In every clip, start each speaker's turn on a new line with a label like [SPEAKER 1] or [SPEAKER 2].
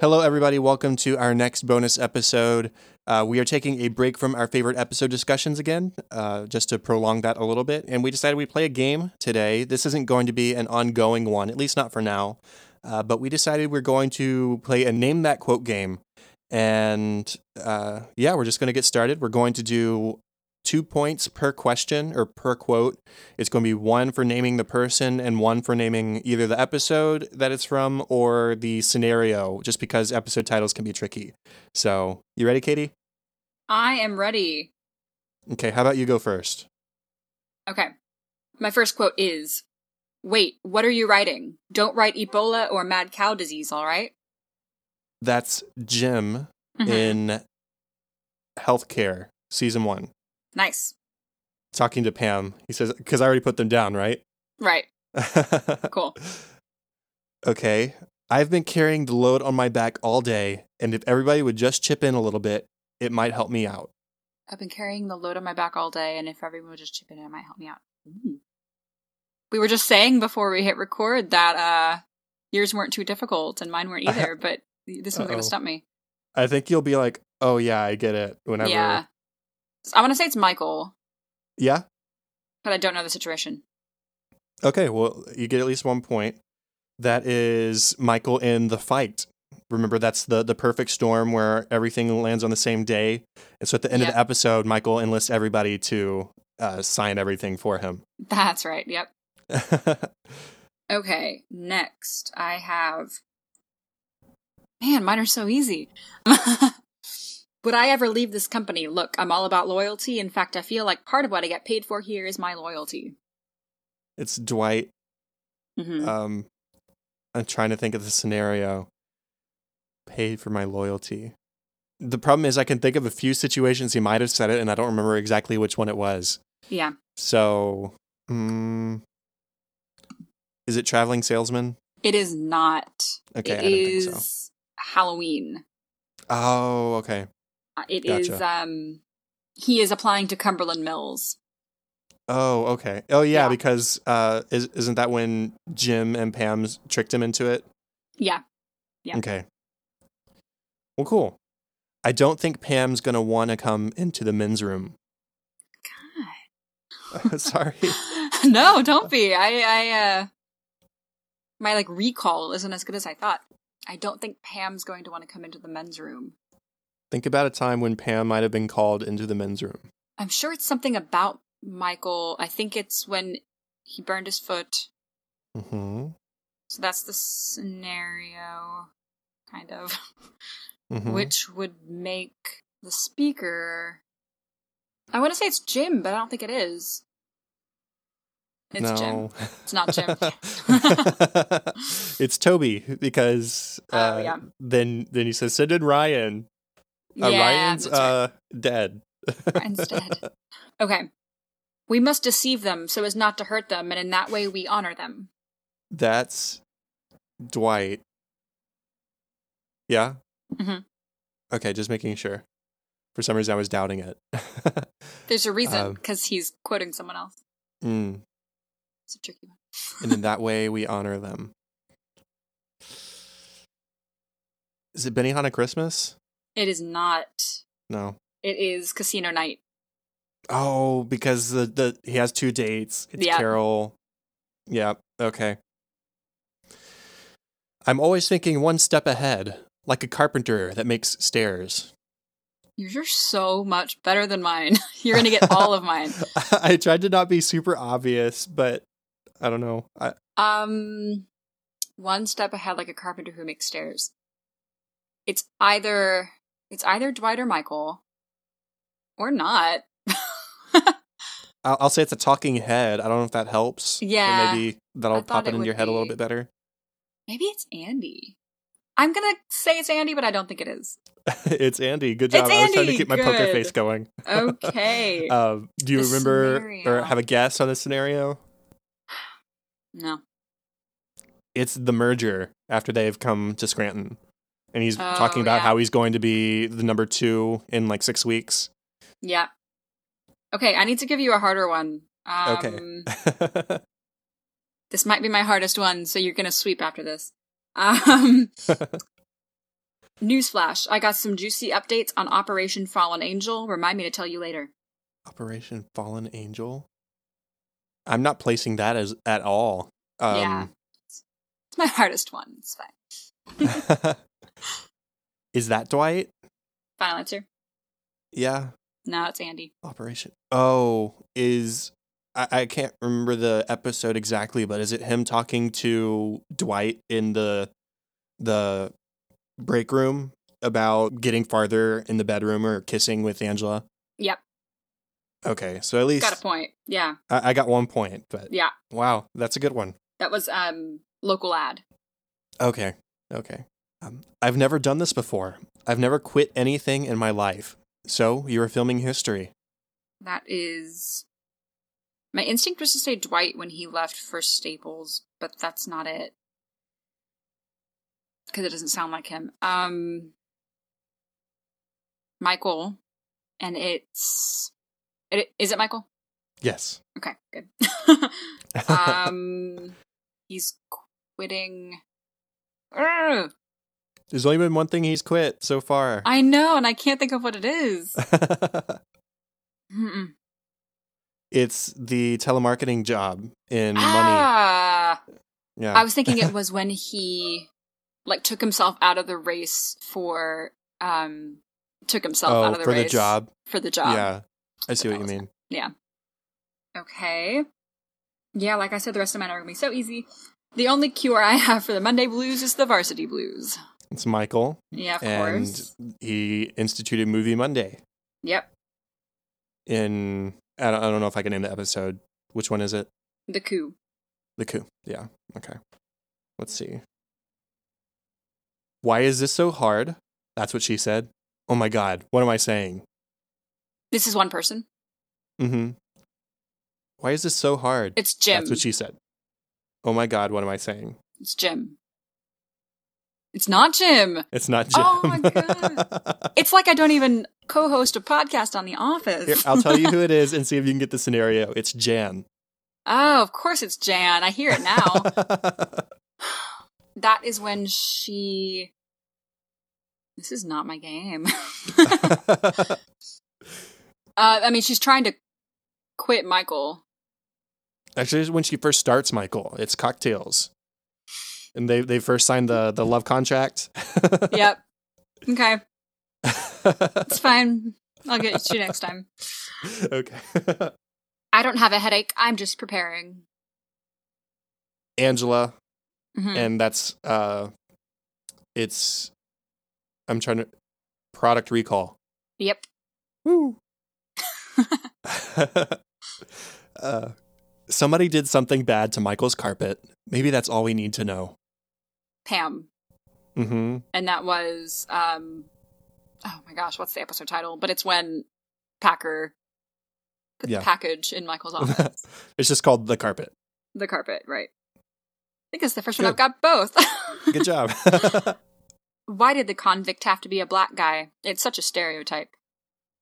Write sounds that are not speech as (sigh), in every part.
[SPEAKER 1] Hello, everybody. Welcome to our next bonus episode. Uh, we are taking a break from our favorite episode discussions again, uh, just to prolong that a little bit. And we decided we'd play a game today. This isn't going to be an ongoing one, at least not for now. Uh, but we decided we're going to play a name that quote game. And uh, yeah, we're just going to get started. We're going to do two points per question or per quote. It's going to be one for naming the person and one for naming either the episode that it's from or the scenario, just because episode titles can be tricky. So, you ready, Katie?
[SPEAKER 2] I am ready.
[SPEAKER 1] Okay, how about you go first?
[SPEAKER 2] Okay. My first quote is Wait, what are you writing? Don't write Ebola or mad cow disease, all right?
[SPEAKER 1] That's Jim
[SPEAKER 2] Mhm.
[SPEAKER 1] in Healthcare, season one,
[SPEAKER 2] Nice.
[SPEAKER 1] talking to Pam. He says, because I already put them down, right? (laughs)
[SPEAKER 2] Right. Cool.
[SPEAKER 1] Okay. I've been carrying the load on my back all day, and if everybody would just chip in a little bit, it might help me out.
[SPEAKER 2] I've been carrying the load on my back all day, and if everyone would just chip in, it might help me out. Ooh. We were just saying before we hit record that uh yours weren't too difficult and mine weren't either, but this one's going
[SPEAKER 1] Uh-oh.
[SPEAKER 2] to stump me.
[SPEAKER 1] I think you'll be like, oh, yeah, I get it whenever.
[SPEAKER 2] Yeah. I want to say it's Michael,
[SPEAKER 1] Yeah?
[SPEAKER 2] but I don't know the situation. (laughs)
[SPEAKER 1] Okay. Well, you get at least one point. That is Michael in The Fight. Remember, that's the, the perfect storm where everything lands on the same day. And so at the end of
[SPEAKER 2] Yeah.
[SPEAKER 1] the episode, Michael enlists everybody to uh, sign everything for him. (laughs)
[SPEAKER 2] That's right. Yep. Okay, next I have. Man, mine are so easy. (laughs) Would I ever leave this company? Look, I'm all about loyalty. In fact, I feel like part of what I get paid for here is my loyalty.
[SPEAKER 1] it's Dwight
[SPEAKER 2] hmm
[SPEAKER 1] Um, I'm trying to think of the scenario. Paid for my loyalty. The problem is, I can think of a few situations he might have said it, and I don't remember exactly which one it was.
[SPEAKER 2] yeah,
[SPEAKER 1] So, mm, is it traveling salesman?
[SPEAKER 2] it is not.
[SPEAKER 1] Okay,
[SPEAKER 2] It
[SPEAKER 1] I didn't
[SPEAKER 2] is
[SPEAKER 1] think so.
[SPEAKER 2] Halloween.
[SPEAKER 1] Oh, okay.
[SPEAKER 2] Uh, It is
[SPEAKER 1] Gotcha.
[SPEAKER 2] Um, he is applying to Cumberland Mills.
[SPEAKER 1] Oh, okay. Oh, yeah,
[SPEAKER 2] Yeah.
[SPEAKER 1] because uh, is, isn't that when Jim and Pam's tricked him into it?
[SPEAKER 2] Yeah, Yeah.
[SPEAKER 1] Okay. Well, cool. I don't think Pam's gonna want to come into the men's room. (laughs) Sorry.
[SPEAKER 2] (laughs) no, don't be. I, I, uh, my like recall isn't as good as I thought. I don't think Pam's going to want to come into the men's room.
[SPEAKER 1] Think about a time when Pam might have been called into the men's room.
[SPEAKER 2] I'm sure it's something about Michael. I think it's when he burned his foot.
[SPEAKER 1] Mm-hmm.
[SPEAKER 2] So that's the scenario, kind of,
[SPEAKER 1] mm-hmm.
[SPEAKER 2] which would make the speaker. I want to say it's Jim, but I don't think it is. It's Jim. It's not
[SPEAKER 1] (laughs)
[SPEAKER 2] Jim. (laughs)
[SPEAKER 1] it's Toby because
[SPEAKER 2] Oh,
[SPEAKER 1] uh,
[SPEAKER 2] yeah.
[SPEAKER 1] then then he says send in Ryan. Uh, Ryan's
[SPEAKER 2] that's right.
[SPEAKER 1] uh, dead.
[SPEAKER 2] Ryan's dead. Okay. We must deceive them so as not to hurt them, and in that way we honor them.
[SPEAKER 1] (laughs) That's Dwight. Yeah?
[SPEAKER 2] Mhm.
[SPEAKER 1] Okay, just making sure. For some reason, I was doubting it. (laughs)
[SPEAKER 2] There's a reason,
[SPEAKER 1] Um,
[SPEAKER 2] because he's quoting someone else.
[SPEAKER 1] Mm,
[SPEAKER 2] It's a tricky one.
[SPEAKER 1] And in that way, we honor them. Is it Benihana Christmas?
[SPEAKER 2] It is not.
[SPEAKER 1] No.
[SPEAKER 2] It is Casino Night.
[SPEAKER 1] Oh, because the, the he has two dates. It's
[SPEAKER 2] Yeah.
[SPEAKER 1] Carol. Yeah. Okay. I'm always thinking one step ahead, like a carpenter that makes stairs.
[SPEAKER 2] Yours are so much better than mine. (laughs) You're gonna get all of
[SPEAKER 1] (laughs)
[SPEAKER 2] mine.
[SPEAKER 1] I tried to not be super obvious, but I don't know. I,
[SPEAKER 2] Um, one step ahead, like a carpenter who makes stairs. It's either it's either Dwight or Michael, or not.
[SPEAKER 1] I'll, I'll say it's a talking head. I don't know if that helps. but
[SPEAKER 2] Yeah.
[SPEAKER 1] Maybe that'll
[SPEAKER 2] I thought
[SPEAKER 1] pop it
[SPEAKER 2] it
[SPEAKER 1] in
[SPEAKER 2] would
[SPEAKER 1] your head a little
[SPEAKER 2] be.
[SPEAKER 1] bit better. (laughs)
[SPEAKER 2] Maybe it's Andy. I'm gonna say it's Andy, but I don't think it is.
[SPEAKER 1] it's Andy. Good
[SPEAKER 2] It's
[SPEAKER 1] job. I was trying to
[SPEAKER 2] Andy.
[SPEAKER 1] keep my poker
[SPEAKER 2] Good.
[SPEAKER 1] face going. (laughs)
[SPEAKER 2] Okay.
[SPEAKER 1] Um, do you
[SPEAKER 2] The
[SPEAKER 1] remember or
[SPEAKER 2] scenario.
[SPEAKER 1] have a guess on the scenario?
[SPEAKER 2] no.
[SPEAKER 1] It's the merger after they've come to Scranton. And he's
[SPEAKER 2] Oh,
[SPEAKER 1] talking about
[SPEAKER 2] yeah.
[SPEAKER 1] how he's going to be the number two in like six weeks. (laughs)
[SPEAKER 2] Yeah. Okay, I need to give you a harder one. Um,
[SPEAKER 1] Okay.
[SPEAKER 2] This might be my hardest one, so you're gonna sweep after this. Um, Newsflash, I got some juicy updates on Operation Fallen Angel. Remind me to tell you later.
[SPEAKER 1] Operation Fallen Angel. I'm not placing that as at all. Um,
[SPEAKER 2] Yeah. It's my (laughs) hardest one. It's fine.
[SPEAKER 1] Um, (laughs) is that Dwight?
[SPEAKER 2] Final answer.
[SPEAKER 1] Yeah.
[SPEAKER 2] No, it's Andy.
[SPEAKER 1] Operation. Oh, is I, I can't remember the episode exactly, but is it him talking to Dwight in the the break room about getting farther in the bedroom or kissing with Angela?
[SPEAKER 2] Yep.
[SPEAKER 1] Okay, so at least
[SPEAKER 2] Got a point. Yeah.
[SPEAKER 1] I, I got one point, but
[SPEAKER 2] Yeah.
[SPEAKER 1] wow, that's a good one.
[SPEAKER 2] That was um local ad.
[SPEAKER 1] Okay, okay. Um, I've never done this before. I've never quit anything in my life. So you are filming history.
[SPEAKER 2] That is my instinct was to say Dwight when he left for Staples, but that's not it. Cuz it doesn't sound like him. Um Michael and it's it, is it Michael?
[SPEAKER 1] Yes.
[SPEAKER 2] Okay, good. (laughs) um he's quitting Ugh,
[SPEAKER 1] (laughs) There's only been one thing he's quit so far.
[SPEAKER 2] I know and I can't think of what it is. Mm-mm.
[SPEAKER 1] (laughs) it's the telemarketing job in money.
[SPEAKER 2] Ah.
[SPEAKER 1] Yeah.
[SPEAKER 2] I was thinking it was when he like took himself out of the race for um took himself
[SPEAKER 1] oh,
[SPEAKER 2] out of the
[SPEAKER 1] for
[SPEAKER 2] race
[SPEAKER 1] the job.
[SPEAKER 2] for the job.
[SPEAKER 1] Yeah. I see what
[SPEAKER 2] That
[SPEAKER 1] you
[SPEAKER 2] was
[SPEAKER 1] mean.
[SPEAKER 2] Okay. Yeah, like I said, the rest of mine are gonna be so easy. The only cure I have for the Monday blues is the varsity blues.
[SPEAKER 1] It's Michael,
[SPEAKER 2] Yeah, of
[SPEAKER 1] and
[SPEAKER 2] course.
[SPEAKER 1] he instituted Movie Monday
[SPEAKER 2] Yep.
[SPEAKER 1] in. I don't, I don't know if I can name the episode. Which one is it?
[SPEAKER 2] The coup.
[SPEAKER 1] The coup. Yeah. Okay. Let's see. Why is this so hard? That's what she said. Oh my God. What am I saying?
[SPEAKER 2] This is one person.
[SPEAKER 1] Mm hmm. Why is this so hard?
[SPEAKER 2] It's Jim.
[SPEAKER 1] That's what she said. Oh my God. What am I saying?
[SPEAKER 2] it's Jim. It's not Jim.
[SPEAKER 1] It's not Jim.
[SPEAKER 2] Oh my God. It's like I don't even co-host a podcast on The Office.
[SPEAKER 1] Here, I'll tell you who it is and see if you can get the scenario. It's Jan.
[SPEAKER 2] (laughs) oh, of course it's Jan. I hear
[SPEAKER 1] (laughs)
[SPEAKER 2] it now. that is when she this is not
[SPEAKER 1] (laughs)
[SPEAKER 2] my game uh, i mean she's trying to quit michael
[SPEAKER 1] Actually, it's when she first starts, Michael, it's cocktails. And they, they first signed the, the love contract. (laughs)
[SPEAKER 2] yep okay it's fine i'll get you next time
[SPEAKER 1] okay. (laughs)
[SPEAKER 2] i don't have a headache i'm just preparing
[SPEAKER 1] Angela,
[SPEAKER 2] Mhm.
[SPEAKER 1] and that's uh it's I'm trying to product recall.
[SPEAKER 2] yep
[SPEAKER 1] Woo. (laughs) uh, somebody did something bad to Michael's carpet. Maybe that's all we need to know.
[SPEAKER 2] pam
[SPEAKER 1] Mm-hmm.
[SPEAKER 2] and that was um oh my gosh what's the episode title but it's when packer put
[SPEAKER 1] Yeah.
[SPEAKER 2] the package in
[SPEAKER 1] (laughs)
[SPEAKER 2] michael's office
[SPEAKER 1] It's just called the carpet.
[SPEAKER 2] the carpet right i think it's the first one
[SPEAKER 1] Good.
[SPEAKER 2] i've got both (laughs)
[SPEAKER 1] Good job. (laughs)
[SPEAKER 2] Why did the convict have to be a black guy? It's such a stereotype.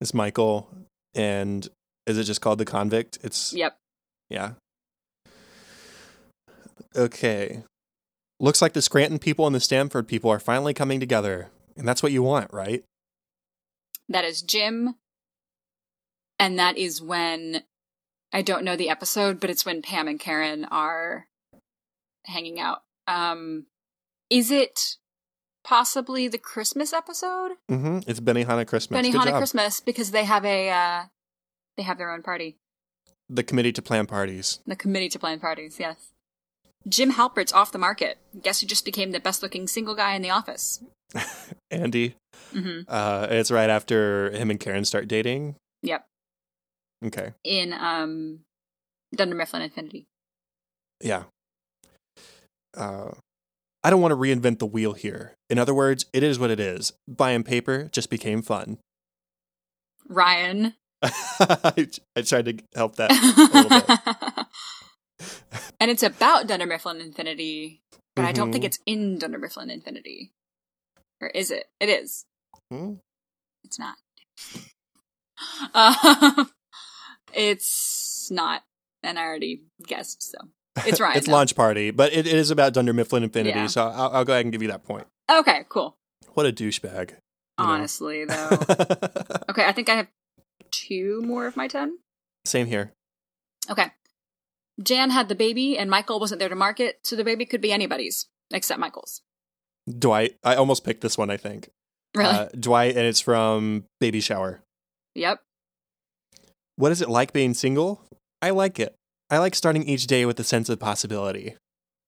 [SPEAKER 1] it's Michael, and is it just called the convict? It's
[SPEAKER 2] Yep.
[SPEAKER 1] yeah. Okay. Looks like the Scranton people and the Stamford people are finally coming together, and that's what you want, right?
[SPEAKER 2] That is Jim. And that is when I don't know the episode, but it's when Pam and Karen are hanging out. Um is it possibly the Christmas episode?
[SPEAKER 1] Mm-hmm. It's Benihana Christmas. Good
[SPEAKER 2] Benihana
[SPEAKER 1] job.
[SPEAKER 2] Christmas because they have a uh they have their own party.
[SPEAKER 1] The committee to plan parties.
[SPEAKER 2] The committee to plan parties, yes. Jim Halpert's off the market. Guess who just became the best-looking single guy in the office?
[SPEAKER 1] Andy.
[SPEAKER 2] Mhm.
[SPEAKER 1] Uh, it's right after him and Karen start dating.
[SPEAKER 2] Yep.
[SPEAKER 1] Okay.
[SPEAKER 2] in um Dunder Mifflin Infinity.
[SPEAKER 1] Yeah. Uh, I don't want to reinvent the wheel here. In other words, it is what it is. Buying paper just became fun. (laughs)
[SPEAKER 2] Ryan.
[SPEAKER 1] I, I tried to help that. little
[SPEAKER 2] (laughs) and it's about Dunder Mifflin Infinity, (laughs) but I don't think
[SPEAKER 1] Mhm.
[SPEAKER 2] it's in Dunder Mifflin Infinity. Or is it? It is.
[SPEAKER 1] Hmm?
[SPEAKER 2] It's not. (laughs) Um, it's not. And I already guessed, so.
[SPEAKER 1] (laughs)
[SPEAKER 2] It's Ryan.
[SPEAKER 1] it's
[SPEAKER 2] though.
[SPEAKER 1] launch party, but it, it is about Dunder Mifflin Infinity,
[SPEAKER 2] Yeah.
[SPEAKER 1] so I'll, I'll go ahead and give you that point.
[SPEAKER 2] Okay, cool.
[SPEAKER 1] What a douchebag. you know?
[SPEAKER 2] Honestly, though. okay, I think I have two more of my ten.
[SPEAKER 1] (laughs) Same here.
[SPEAKER 2] Okay. Jan had the baby, and Michael wasn't there to mark it, so the baby could be anybody's except Michael's. (laughs)
[SPEAKER 1] Dwight. I almost picked this one, I think.
[SPEAKER 2] Really?
[SPEAKER 1] Uh, Dwight, and it's from Baby Shower.
[SPEAKER 2] yep.
[SPEAKER 1] What is it like being single? I like it. I like starting each day with a sense of possibility.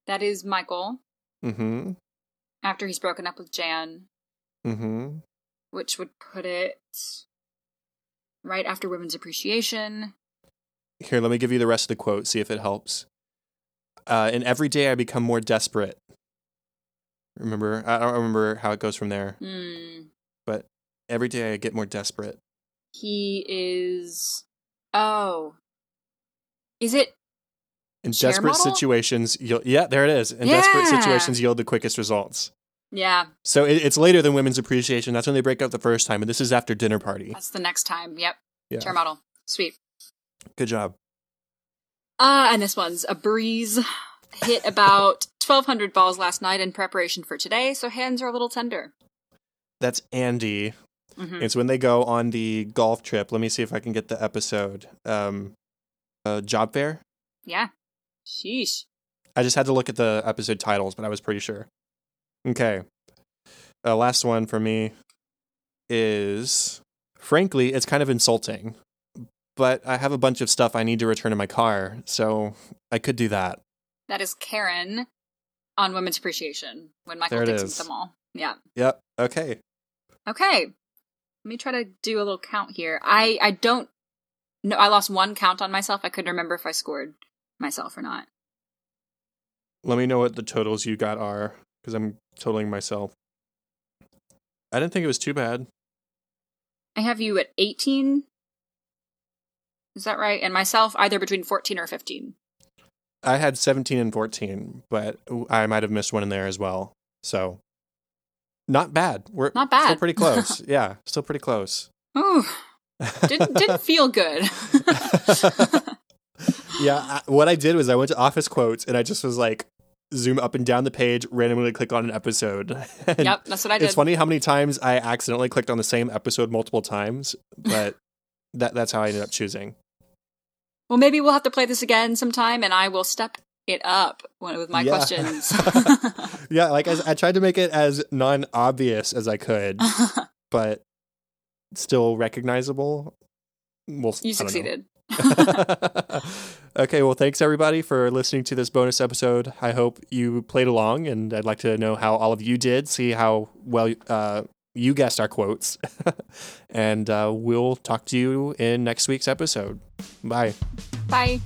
[SPEAKER 2] That is Michael
[SPEAKER 1] Mm hmm.
[SPEAKER 2] after he's broken up with Jan,
[SPEAKER 1] Mm hmm.
[SPEAKER 2] which would put it right after Women's Appreciation.
[SPEAKER 1] Here, let me give you the rest of the quote, see if it helps. Uh, and every day I become more desperate. Remember? I don't remember how it goes from there.
[SPEAKER 2] Hmm.
[SPEAKER 1] Every day I get more desperate.
[SPEAKER 2] He is. Oh. Is it?
[SPEAKER 1] In
[SPEAKER 2] Share
[SPEAKER 1] desperate
[SPEAKER 2] model?
[SPEAKER 1] situations, you'll, yeah, there it is. In desperate
[SPEAKER 2] Yeah.
[SPEAKER 1] situations, yield the quickest results.
[SPEAKER 2] Yeah,
[SPEAKER 1] So it, it's later than Women's Appreciation. That's when they break up the first time, and this is after dinner party.
[SPEAKER 2] that's the next time. Yep.
[SPEAKER 1] Yeah.
[SPEAKER 2] Chair model. Sweet.
[SPEAKER 1] Good job.
[SPEAKER 2] Ah, and this one's a breeze. Hit about 1,200 balls last night in preparation for today, so hands are a little tender.
[SPEAKER 1] That's Andy.
[SPEAKER 2] hmm
[SPEAKER 1] It's when they go on the golf trip. Let me see if I can get the episode. Um, uh, job fair.
[SPEAKER 2] Yeah. Sheesh.
[SPEAKER 1] I just had to look at the episode titles, but I was pretty sure. Okay. Uh, last one for me is frankly, it's kind of insulting, but I have a bunch of stuff I need to return to my car, so I could do that.
[SPEAKER 2] That is Karen on Women's Appreciation when Michael
[SPEAKER 1] There it
[SPEAKER 2] picks
[SPEAKER 1] is.
[SPEAKER 2] them all. Yeah.
[SPEAKER 1] Yep. Okay.
[SPEAKER 2] Okay. Let me try to do a little count here. I I don't no, I lost one count on myself. I couldn't remember if I scored myself or not.
[SPEAKER 1] Let me know what the totals you got are because I'm totaling myself. I didn't think it was too bad.
[SPEAKER 2] I have you at 18. Is that right? And myself either between 14 or 15.
[SPEAKER 1] I had 17 and 14, but I might have missed one in there as well. So not bad. We're
[SPEAKER 2] Not
[SPEAKER 1] Still
[SPEAKER 2] bad.
[SPEAKER 1] pretty
[SPEAKER 2] (laughs)
[SPEAKER 1] close. yeah, still pretty close.
[SPEAKER 2] Ooh, didn't didn't feel good.
[SPEAKER 1] (laughs)
[SPEAKER 2] (laughs)
[SPEAKER 1] yeah, I, what I did was I went to office quotes and I just was like zoom up and down the page, randomly click on an episode. (laughs) And
[SPEAKER 2] yep, that's what I did.
[SPEAKER 1] It's funny how many times I accidentally clicked on the same episode multiple times,
[SPEAKER 2] (laughs)
[SPEAKER 1] but that that's how I ended up choosing.
[SPEAKER 2] Well, maybe we'll have to play this again sometime, and I will step it up when- with my
[SPEAKER 1] Yeah. (laughs)
[SPEAKER 2] questions. (laughs)
[SPEAKER 1] Yeah, like I, I tried to make it as non-obvious as I could. but still recognizable. Well,
[SPEAKER 2] you
[SPEAKER 1] I don't know.
[SPEAKER 2] succeeded.
[SPEAKER 1] (laughs) okay, well, thanks everybody for listening to this bonus episode. I hope you played along, and I'd like to know how all of you did. See how well uh, you guessed our quotes, (laughs) and uh, we'll talk to you in next week's episode. Bye.
[SPEAKER 2] Bye.